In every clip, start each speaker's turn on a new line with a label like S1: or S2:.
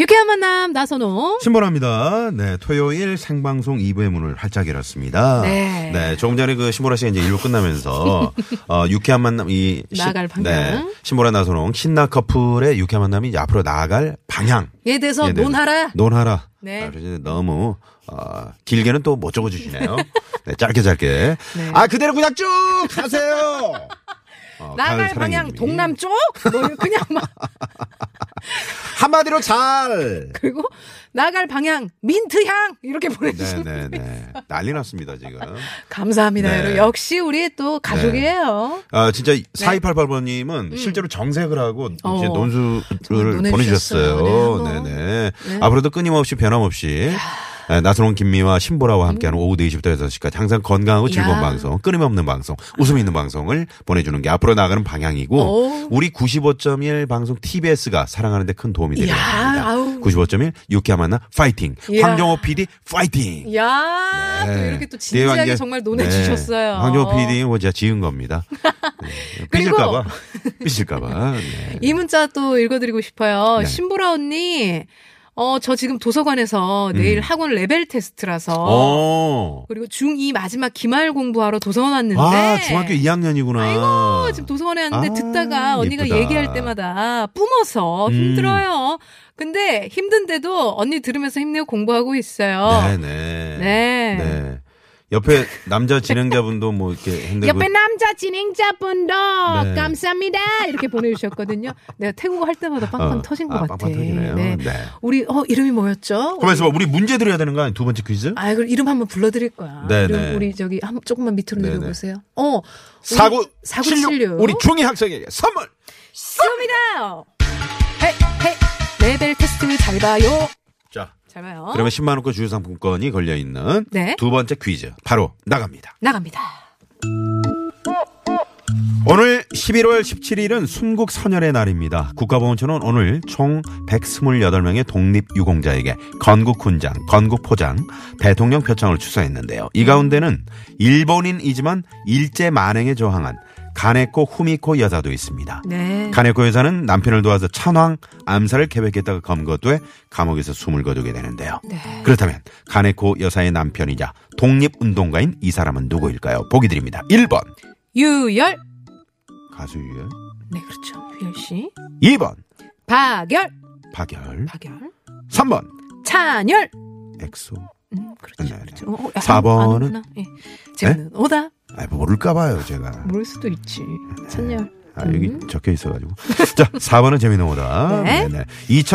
S1: 유쾌한 만남 나선호.
S2: 신보라입니다. 네, 토요일 생방송 2부의 문을 활짝 열었습니다.
S1: 네.
S2: 조금 전에 그 신보라 씨가 이제 일부 끝나면서 어, 유쾌한 만남 이 신-
S1: 나아갈 방향.
S2: 신보라 나선홍 신나 커플의 유쾌한 만남이 이제 앞으로 나아갈 방향.
S1: 얘 대해서
S2: 예, 네, 네.
S1: 논하라.
S2: 논하라.
S1: 네.
S2: 아, 그래서 너무 어, 길게는 또 못 적어 주시네요. 네, 짧게 짧게.
S1: 네.
S2: 아, 그대로 그냥 쭉 가세요. 어,
S1: 나갈
S2: 가을
S1: 방향
S2: 사랑님이.
S1: 동남쪽? 뭐 그냥 막
S2: 한마디로 잘.
S1: 그리고 나갈 방향 민트향 이렇게 보내주시면
S2: 네, 네, 네. 난리 났습니다, 지금.
S1: 감사합니다.
S2: 네.
S1: 여러분. 역시 우리 또 가족이에요.
S2: 아, 진짜 4288번님은 실제로 정색을 하고
S1: 네. 음. 어.
S2: 이제 논술을
S1: 눈에 주셨어요.
S2: 보내주셨어요.
S1: 네,
S2: 네,
S1: 한번.
S2: 네. 앞으로도 끊임없이 변함없이 네, 나선홍 김미와 신보라와 함께하는 오후 4시부터 6시까지 항상 건강하고
S1: 음.
S2: 즐거운
S1: 야.
S2: 방송, 끊임없는 방송, 웃음 있는 방송을 보내주는 게 앞으로 나가는 방향이고
S1: 오.
S2: 우리 95.1 방송 TBS가 사랑하는데 큰 도움이 되려
S1: 이야,
S2: 합니다.
S1: 아우.
S2: 95.1 유쾌한 만남 파이팅,
S1: 이야.
S2: 황정호 PD 파이팅.
S1: 야, 또 이렇게 또 진지하게
S2: 네,
S1: 정말
S2: 네.
S1: 논해주셨어요.
S2: 황정호 PD 뭐 제가 지은 겁니다. 네. 삐질까봐. 삐질까봐. 네.
S1: 이 문자 또 읽어드리고 싶어요.
S2: 네.
S1: 신보라 언니, 어, 저 지금 도서관에서
S2: 음.
S1: 내일 학원 레벨
S2: 어.
S1: 테스트라서.
S2: 오.
S1: 그리고 중2 마지막 기말 공부하러 도서관 왔는데.
S2: 아, 중학교 2학년이구나.
S1: 네. 아이고 어, 지금 도서관에 왔는데
S2: 아,
S1: 듣다가 언니가
S2: 예쁘다.
S1: 얘기할 때마다 뿜어서
S2: 음.
S1: 힘들어요. 근데 힘든데도 언니 들으면서 힘내고 공부하고 있어요.
S2: 네네.
S1: 네.
S2: 옆에 남자 진행자분도 뭐 이렇게 핸들고.
S1: 옆에 남자 진행자분도
S2: 네.
S1: 감사합니다 이렇게 보내주셨거든요. 내가 태국어 할 때마다 빵빵
S2: 어.
S1: 터진 것
S2: 아,
S1: 같아.
S2: 빵빵 터지네요.
S1: 네.
S2: 네.
S1: 우리 어 이름이 뭐였죠?
S2: 그만 있어 우리 문제 드려야 되는 거 아니야? 두 번째 퀴즈?
S1: 아, 그 이름 한번 불러드릴 거야.
S2: 네,
S1: 이름
S2: 네.
S1: 우리 저기 한 조금만 밑으로
S2: 네,
S1: 내려보세요. 어,
S2: 사고
S1: 사구칠육.
S2: 우리 중2 학생에게 선물!
S1: 쏩니다. 헤이 헤이 레벨 테스트 잘 봐요.
S2: 자.
S1: 잘 봐요.
S2: 그러면 10만원 권 주유상품권이 걸려있는
S1: 어? 네.
S2: 두 번째 퀴즈. 바로 나갑니다.
S1: 나갑니다.
S2: 오늘 11월 17일은 순국 선열의 날입니다. 국가보훈처는 오늘 총 128명의 독립유공자에게 건국훈장, 건국포장, 대통령 표창을 추서했는데요. 이 가운데는 일본인이지만 일제 만행에 저항한 가네코 후미코 여사도 있습니다.
S1: 네.
S2: 가네코 여사는 남편을 도와서 찬왕 암살을 계획했다가 검거돼 감옥에서 숨을 거두게 되는데요.
S1: 네.
S2: 그렇다면 가네코 여사의 남편이자 독립운동가인 이 사람은 누구일까요? 보기 드립니다. 1번
S1: 유열.
S2: 가수 유열
S1: 네, 그렇죠. 유열 씨.
S2: 2번
S1: 박열.
S2: 박열
S1: 박열.
S2: 3번
S1: 찬열.
S2: 엑소
S1: 음, 그렇죠.
S2: 네, 네.
S1: 그렇죠. 어, 어, 야,
S2: 사 번은?
S1: 아는구나. 예. 지금은 오다.
S2: 아 모를까 봐요 제가
S1: 모를 수도 있지. 찬열. 음.
S2: 아, 여기 적혀 있어가지고 자 4번은 재미는 오다
S1: 네.
S2: 네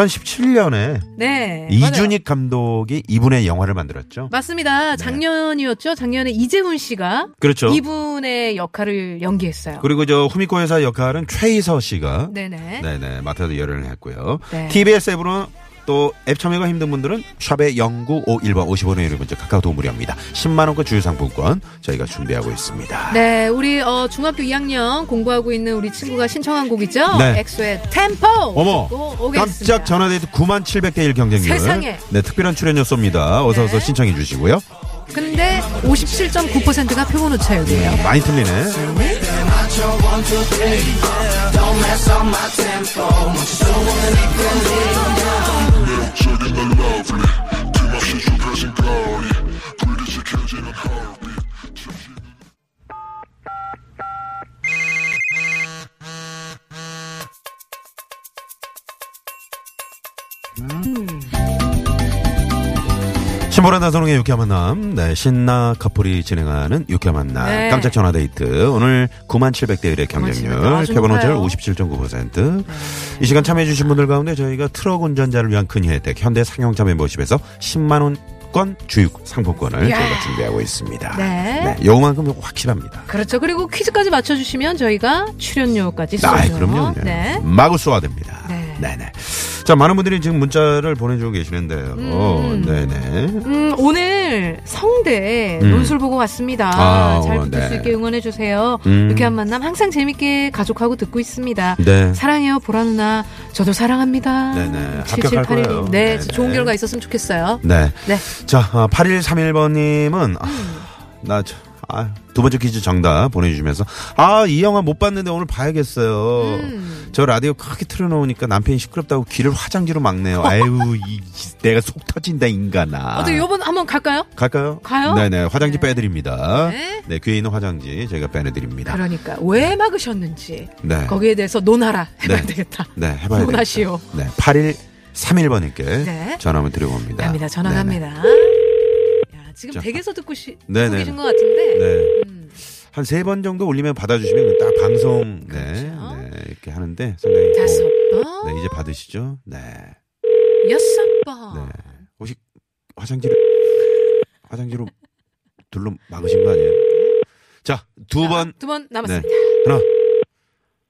S2: 2017년에
S1: 네. 맞아요.
S2: 이준익 감독이 이분의 영화를 만들었죠
S1: 맞습니다. 작년이었죠. 작년에 이재훈 씨가
S2: 네. 그렇죠
S1: 이분의 역할을 연기했어요.
S2: 그리고 저 후미코 여사 역할은 최희서 씨가
S1: 네네.
S2: 네네 맡아서 열연을 했고요
S1: 네.
S2: TBS 앱으로 또 앱 참여가 힘든 분들은 샵의 0951번 50원의 유료 문자 카카오톡 무료입니다 10만원권 주유상품권 저희가 준비하고 있습니다
S1: 네, 우리 어, 중학교 2학년 공부하고 있는 우리 친구가 신청한 곡이죠.
S2: 네.
S1: 엑소의 템포.
S2: 어머
S1: 듣고 오겠습니다.
S2: 깜짝 전화데이트 9만 700대 1 경쟁률
S1: 세상에.
S2: 네 특별한 출연료 쏩니다 어서 어서
S1: 네.
S2: 신청해 주시고요
S1: 근데 57.9%가 표본 오차율이에요.
S2: 많이 틀리네 신보라 나선홍의 유쾌한 만남 네 신나 커플이 진행하는 유쾌한 만남
S1: 네.
S2: 깜짝 전화데이트 오늘 9만 700대
S1: 칠백.
S2: 1의 경쟁률
S1: 아주
S2: 표본 오차율
S1: 높아요. 네.
S2: 57.9%이 시간 참여해 주신 분들 가운데 저희가 트럭 운전자를 위한 큰 혜택 현대 상용차 멤버십에서 10만 원권 주육 상품권을
S1: 이야.
S2: 저희가 준비하고 있습니다
S1: 네.
S2: 요만큼 확실합니다
S1: 그렇죠. 그리고 퀴즈까지 맞춰주시면 저희가 출연료까지 쏘죠.
S2: 아, 그럼요.
S1: 네.
S2: 마구 쏘아 됩니다.
S1: 네.
S2: 네, 네. 자, 많은 분들이 지금 문자를 보내주고 계시는데요. 네네.
S1: 음, 오늘 오늘 성대
S2: 음.
S1: 논술 보고 왔습니다.
S2: 아,
S1: 잘
S2: 어,
S1: 붙을
S2: 네.
S1: 수 있게 응원해 주세요.
S2: 음.
S1: 유쾌한 만남 항상 재밌게 가족하고 듣고 있습니다.
S2: 네.
S1: 사랑해요 보라 누나. 저도 사랑합니다.
S2: 네네, 합격할
S1: 7781 님.
S2: 거예요.
S1: 네,
S2: 네네.
S1: 좋은 결과 있었으면 좋겠어요.
S2: 네.
S1: 네.
S2: 자, 8131번님은, 아,
S1: 음.
S2: 나, 저- 아, 두 번째 퀴즈 정답 보내주시면서, 아, 이 영화 못 봤는데 오늘 봐야겠어요.
S1: 음.
S2: 저 라디오 크게 틀어놓으니까 남편이 시끄럽다고 귀를 화장지로 막네요. 아유, 이, 내가 속 터진다, 인간아.
S1: 어떻게 요번 한번 갈까요?
S2: 갈까요?
S1: 가요?
S2: 네네, 화장지
S1: 네.
S2: 빼드립니다. 네.
S1: 네.
S2: 귀에 있는 화장지 저희가 빼내드립니다.
S1: 그러니까 왜 막으셨는지
S2: 네.
S1: 거기에 대해서 논하라 해봐야
S2: 네.
S1: 되겠다.
S2: 네, 해봐야 되겠다.
S1: 논하시오.
S2: 네, 8131번님께
S1: 네.
S2: 전화 한번 드려봅니다.
S1: 갑니다. 전화
S2: 네네.
S1: 갑니다. 야, 지금
S2: 자.
S1: 댁에서 듣고, 시,
S2: 네네.
S1: 듣고 계신 것 같은데
S2: 네.
S1: 음,
S2: 한 세 번 정도 올리면 받아주시면 딱 방송 네,
S1: 그렇죠.
S2: 네, 이렇게 하는데 상당히
S1: 다섯
S2: 뭐-
S1: 번,
S2: 네 이제 받으시죠 네,
S1: 여섯
S2: 네.
S1: 번.
S2: 혹시 화장지를 화장지로 둘러 막으신 거 아니에요? 자 두 번
S1: 두 번 남았습니다.
S2: 하나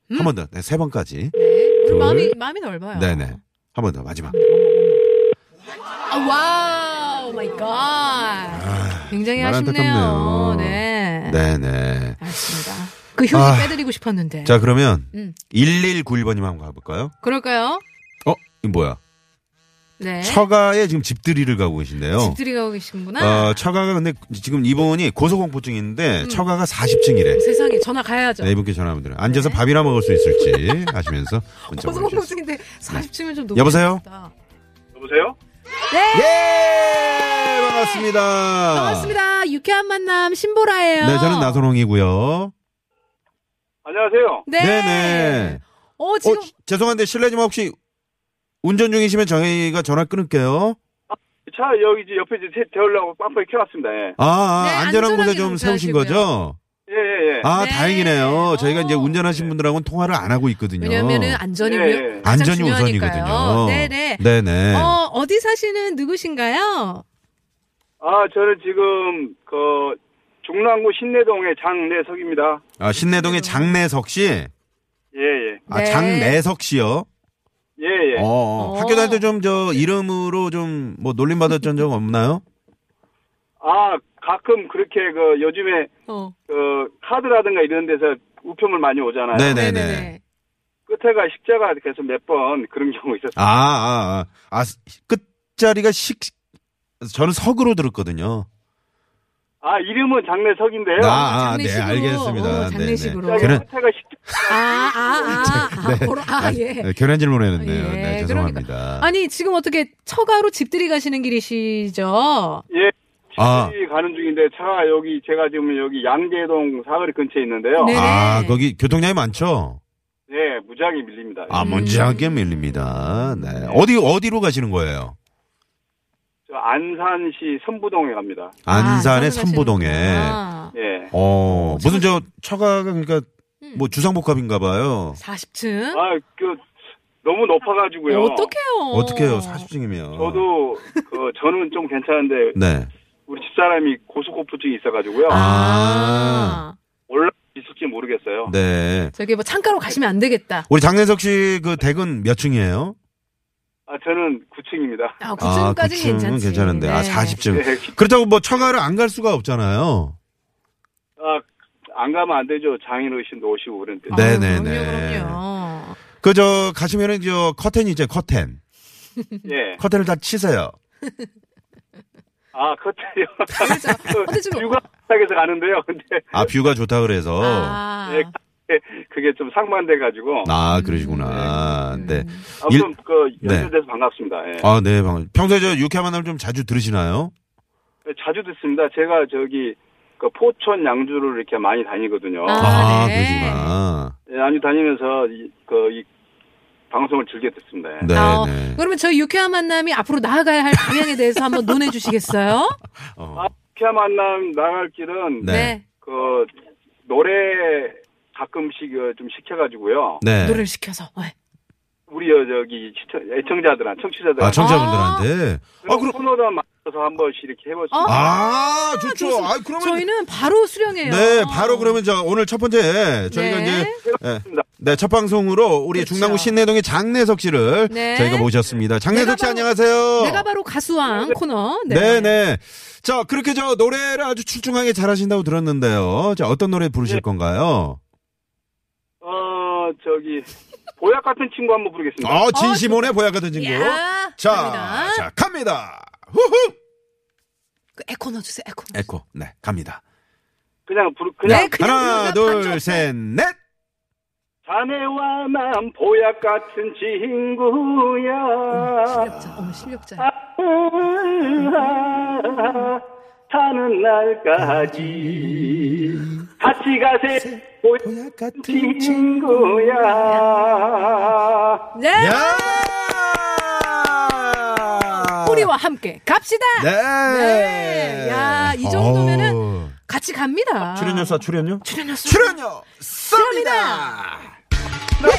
S2: 한 번 더 네 세 번까지
S1: 네. 오늘
S2: 둘.
S1: 마음이 마음이 음? 넓어요.
S2: 네네 한 번 더 마지막
S1: 아, 와우, 마이 갓. 굉장히
S2: 아, 정말
S1: 아쉽네요.
S2: 안타깝네요.
S1: 네.
S2: 네네
S1: 알겠습니다. 그 휴지
S2: 아.
S1: 빼드리고 싶었는데.
S2: 자 그러면
S1: 음.
S2: 1191번님 한번 가볼까요?
S1: 그럴까요?
S2: 어 이거 뭐야
S1: 네.
S2: 처가에 지금 집들이를 가고 계신데요.
S1: 집들이 가고 계시는구나. 음.
S2: 어, 처가가 근데 지금 이분이 고소공포증인데 처가가 40층이래.
S1: 세상에 전화 가야죠.
S2: 네, 이분께 전화 한번 드려요. 앉아서 밥이나 먹을 수 있을지 아시면서 문자 보내주셨어요.
S1: 고소공포증인데 40층은 좀 높아.
S2: 네. 여보세요?
S3: 여보세요?
S2: 예! 반갑습니다.
S1: 반갑습니다. 유쾌한 만남 신보라예요.
S2: 네, 저는 나선홍이고요.
S3: 안녕하세요.
S1: 네.
S2: 네네.
S1: 어
S2: 어,
S1: 지금
S2: 죄송한데 실례 지만 혹시 운전 중이시면 저희가 전화 끊을게요.
S3: 차 여기 이제 옆에 이제 제- 데우려고 빵빵히 켜놨습니다. 예,
S2: 아, 아
S1: 네,
S2: 안전한 곳에
S1: 안전하게
S2: 좀 세우신
S1: 운전하시고요.
S2: 거죠?
S3: 예, 예. 예.
S2: 아,
S1: 네.
S2: 다행이네요. 저희가 이제
S1: 어.
S2: 운전하신 분들하고는 통화를 안 하고 있거든요.
S1: 왜냐면은 안전이
S3: 예, 예.
S1: 가장
S2: 네. 안전이
S1: 중요하니까요.
S2: 우선이거든요.
S1: 네네.
S2: 네네.
S1: 어 어디 사시는 누구신가요?
S3: 아, 저는 지금, 그, 중랑구 신내동의 장내석입니다.
S2: 아, 신내동의 장내석 씨.
S3: 예, 예.
S2: 아,
S1: 음. 네.
S2: 장내석 씨요.
S3: 예, 예.
S2: 어, 어.
S1: 어.
S2: 학교 다닐 때 좀 저 이름으로 좀 뭐 놀림 받았던 적 없나요?
S3: 아, 가끔 그렇게 그, 요즘에,
S1: 어.
S3: 그, 카드라든가 이런 데서 우편물 많이 오잖아요.
S2: 네, 네, 네.
S1: 네네네.
S3: 끝에가 십자가 그래서 몇 번 그런 경우 있었어요.
S2: 아, 아, 아. 아, 스- 끝자리가 식 저는 석으로 들었거든요.
S3: 아, 이름은 장내석인데요.
S2: 아, 아, 네,
S1: 장례식으로.
S2: 알겠습니다.
S1: 어,
S2: 네,
S1: 장례식으로.
S2: 네. 결혼
S3: 끝에가 십자가.
S1: 아, 아아아 아,
S2: 네.
S1: 보러- 아, 예.
S2: 네, 결혼 질문했네요.
S1: 예,
S2: 네, 죄송합니다.
S1: 아니 지금 어떻게 처가로 집들이 가시는 길이시죠?
S3: 예.
S2: 아.
S3: 집이 가는 중인데 차가 여기 제가 지금 여기 양재동 사거리 근처에 있는데요.
S1: 네.
S2: 아,
S1: 네네.
S2: 거기 교통량이 많죠?
S3: 예, 무지하게 밀립니다.
S1: 음.
S2: 아, 먼지하게 밀립니다. 네. 어디 어디로 가시는 거예요?
S3: 저 안산시 선부동에 갑니다.
S1: 아,
S2: 안산의
S1: 사는 아.
S2: 삼부동에.
S1: 가시는구나.
S3: 예.
S2: 어, 무슨 저 처가가 그러니까
S1: 음.
S2: 뭐 주상복합인가 봐요.
S1: 40층.
S3: 아, 그 너무 높아 가지고요.
S1: 어떡해요?
S2: 어떻게요? 40층이면.
S3: 저도 그 저는 좀 괜찮은데
S2: 네.
S3: 우리 집사람이 고소공포증이 있어 가지고요.
S2: 아.
S1: 아.
S3: 올라 있을지 모르겠어요.
S2: 네.
S1: 저기 뭐 창가로 가시면 안 되겠다.
S2: 우리 장례석 씨 그 댁은 몇 층이에요?
S3: 아, 저는 9층입니다. 예,
S1: 아, 9층까지는
S2: 구층은
S1: 괜찮지.
S2: 괜찮은데. 아,
S1: 네.
S2: 40층. 그렇다고 뭐 처가를 안 갈 수가 없잖아요.
S3: 아, 안 가면 안 되죠. 장인어르신도 오시고 그런데.
S2: 네.
S1: 아유,
S2: 네네네.
S1: 그럼요, 그럼요.
S2: 그 저 가시면은 저 커튼 있죠, 커튼.
S3: 예.
S2: 커튼을 다 치세요.
S3: 아, 커튼이요.
S1: 그래서 어떻게 좀
S3: 육아에서 가는데요. 근데
S2: 아, 뷰가 좋다 그래서. 아,
S1: 아.
S3: 예, 그게 좀 상반돼 가지고
S2: 그러시구나.
S1: 음.
S2: 네.
S3: 아무튼 그
S2: 아, 네.
S3: 연결돼서 반갑습니다. 예.
S2: 아, 네. 방- 평소에 저 유쾌한 만남을 좀 자주 들으시나요?
S3: 자주 듣습니다. 제가 저기 그 포천 양주를 이렇게 많이 다니거든요.
S1: 아.
S2: 아,
S1: 네.
S2: 그러시구나.
S3: 예, 양주 다니면서 이, 그, 이 방송을 즐겨 듣습니다. 예.
S2: 네,
S1: 아,
S2: 네.
S1: 그러면 저희 유쾌한 만남이 앞으로 나아가야 할 방향에 대해서 한번 논해 주시겠어요?
S2: 어.
S3: 아, 피아 만남 나갈 길은
S2: 네.
S3: 그 노래 가끔씩 어, 좀 시켜가지고요.
S2: 네.
S1: 노래를 시켜서. 네.
S3: 우리 어, 저기 시청, 애청자들한 청취자들
S1: 네.
S2: 아,
S3: 한
S2: 청자분들한테. 아, 그럼
S3: 코너도 맞춰서 한 번씩 이렇게 해보시죠.
S1: 어?
S2: 아, 좋죠.
S1: 좋습니다.
S2: 아, 그러면
S1: 저희는 바로 수령해요.
S2: 네, 바로 그러면 저 오늘 첫 번째 저희가
S1: 네.
S2: 이제 예,
S3: 해봤습니다.
S2: 네, 첫 방송으로 우리
S1: 그렇죠.
S2: 중랑구 신내동의 장내석 씨를
S1: 네.
S2: 저희가 모셨습니다. 장내석
S1: 내가
S2: 씨
S1: 바로-
S2: 안녕하세요.
S1: 내가 바로 가수왕 코너.
S2: 네, 네. 자, 그렇게 저 노래를 아주 출중하게 잘하신다고 들었는데요. 자, 어떤 노래 부르실
S3: 네.
S2: 건가요?
S3: 어, 저기, 보약 같은 친구 한번 부르겠습니다.
S2: 어, 진시몬의 보약 같은 친구.
S1: 야,
S2: 네. 자,
S1: 갑니다.
S2: 자, 갑니다. 후후.
S1: 그 에코 넣어주세요. 에코. 넣어주세요.
S2: 에코, 네, 갑니다.
S3: 그냥 부르, 그냥.
S1: 네, 그냥
S2: 하나,
S1: 그냥
S2: 둘,
S1: 반주.
S2: 셋, 넷.
S3: 자네와만 보약 같은
S1: 음,
S3: 친구야.
S1: 실력자. 어머 실력자.
S3: 아, 사는 날까지 같이 가세 보약
S4: 보약 같은
S3: 같은
S4: 그 친구
S3: 친구야.
S1: 네.
S2: 야!
S1: 우리와 함께 갑시다.
S2: 네.
S1: 네. 야, 이 정도면은 아. 같이 갑니다.
S2: 어, 출연료사 출연료?
S1: 출연료 써.
S2: 출연료 쏩니다. 네.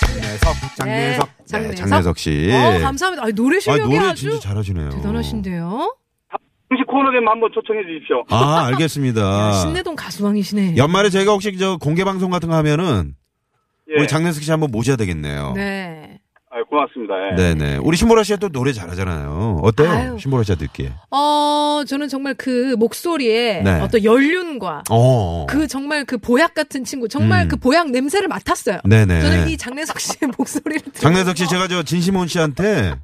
S2: 장내석, 장내석,
S1: 네, 장내석.
S2: 장내석 씨.
S1: 어, 감사합니다. 아, 노래
S2: 예. 아,
S1: 실력이 아,
S2: 노래
S1: 주
S2: 진짜 잘하시네요.
S1: 대단하신데요.
S3: 음식 코너 되면 한번 초청해 주십시오.
S2: 아,
S1: 야,
S2: 알겠습니다.
S1: 신내동 가수왕이시네.
S2: 연말에 저희가 혹시 저 공개 방송 같은 거 하면은
S3: 예.
S2: 우리 장내석 씨 한번 모셔야 되겠네요.
S1: 네.
S3: 아, 고맙습니다. 예.
S2: 네네. 우리 신보라 씨가 또 노래 잘하잖아요. 어때요?
S1: 아유.
S2: 신보라 씨가 듣기에.
S1: 어, 저는 정말 그 목소리에
S2: 네.
S1: 어떤 연륜과
S2: 어.
S1: 그 정말 그 보약 같은 친구, 정말
S2: 음.
S1: 그 보약 냄새를 맡았어요.
S2: 네네.
S1: 저는 이 장례석 씨의 목소리를 듣고
S2: 장내석 씨 제가 저 진시몬 씨한테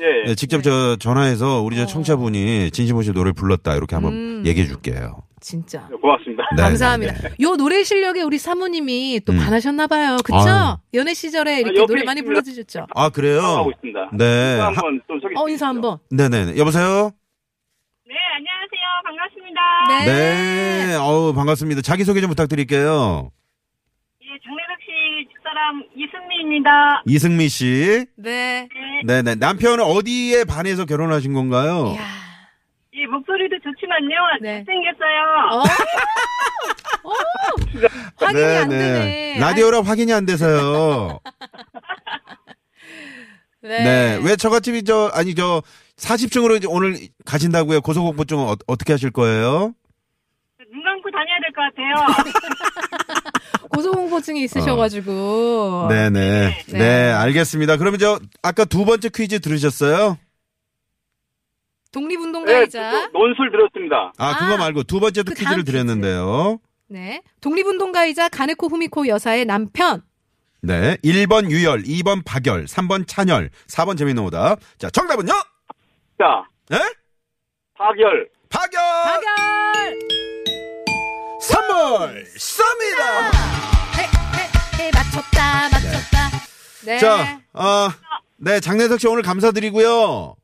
S3: 예.
S2: 네, 직접 저 전화해서 우리 저 청취자분이 진심으로 씨 노래를 불렀다 이렇게 한번
S1: 어. 음.
S2: 얘기해 줄게요.
S1: 진짜
S3: 고맙습니다.
S2: 네,
S1: 감사합니다.
S2: 네, 네.
S1: 요 노래 실력에 우리 사모님이 또
S2: 음.
S1: 반하셨나 봐요. 그쵸?
S2: 아유.
S1: 연애 시절에
S3: 아,
S1: 이렇게
S3: 옆에
S1: 노래 많이
S3: 있습니다.
S1: 불러주셨죠?
S2: 아 그래요?
S3: 하고 있습니다.
S2: 네.
S3: 인사
S2: 하-
S3: 한번 좀 예, 소개.
S1: 어, 인사 한번.
S2: 네네. 여보세요.
S5: 네, 안녕하세요. 반갑습니다.
S1: 네.
S2: 네. 어우 반갑습니다. 자기 소개 좀 부탁드릴게요.
S5: 예, 장례석 씨 집사람 이승미입니다.
S2: 이승미 씨.
S1: 네.
S2: 네네. 남편은 어디에 반해서 결혼하신 건가요?
S1: 이야.
S5: 예, 목소리도 좋지만요.
S1: 네.
S5: 잘생겼어요.
S1: 어? 어? 확인이 안 되네.
S2: 라디오라 확인이 안 돼서요.
S1: 아이,
S2: 네. 왜 저같이 저 아니 저 40층으로 이제 오늘 가신다고요? 고소공포증 어, 어떻게 하실 거예요?
S5: 눈 감고 다녀야 될 것 같아요.
S1: 고소공포증이 있으셔가지고.
S2: 네네. 네.
S1: 네.
S2: 알겠습니다. 그러면 저 아까 두 번째 퀴즈 들으셨어요?
S3: 예,
S1: 독립운동가이자.
S3: 또 논술 들었습니다.
S2: 아, 그거
S1: 아,
S2: 말고 두 번째도
S1: 그 다음
S2: 퀴즈를 드렸는데요.
S1: 네. 독립운동가이자 가네코 후미코 여사의 남편.
S2: 네. 1번 유열, 2번 박열, 3번 찬열, 4번 재밌는 오답. 자, 정답은요?
S3: 자,
S2: 예?
S3: 파결.
S2: 박열!
S1: 박열!
S2: 선물 쏩니다!
S1: 네, 맞췄다, 맞췄다. 네.
S2: 자, 어, 네, 장례석 씨 오늘 감사드리고요.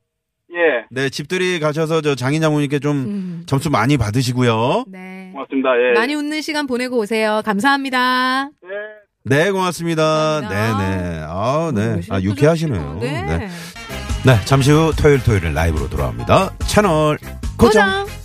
S3: 예.
S2: 네, 집들이 가셔서 저 장인 장모님께 좀
S1: 음.
S2: 점수 많이 받으시고요.
S1: 네.
S3: 고맙습니다. 예.
S1: 많이 웃는 시간 보내고 오세요. 감사합니다.
S3: 예.
S2: 네, 고맙습니다.
S1: 감사합니다.
S2: 네, 네. 아, 네. 아,
S1: 또
S2: 유쾌하시네요.
S1: 좋으시고. 네.
S2: 네, 잠시 후 토요일 토요일은 라이브로 돌아옵니다. 채널 고정.
S1: 고정.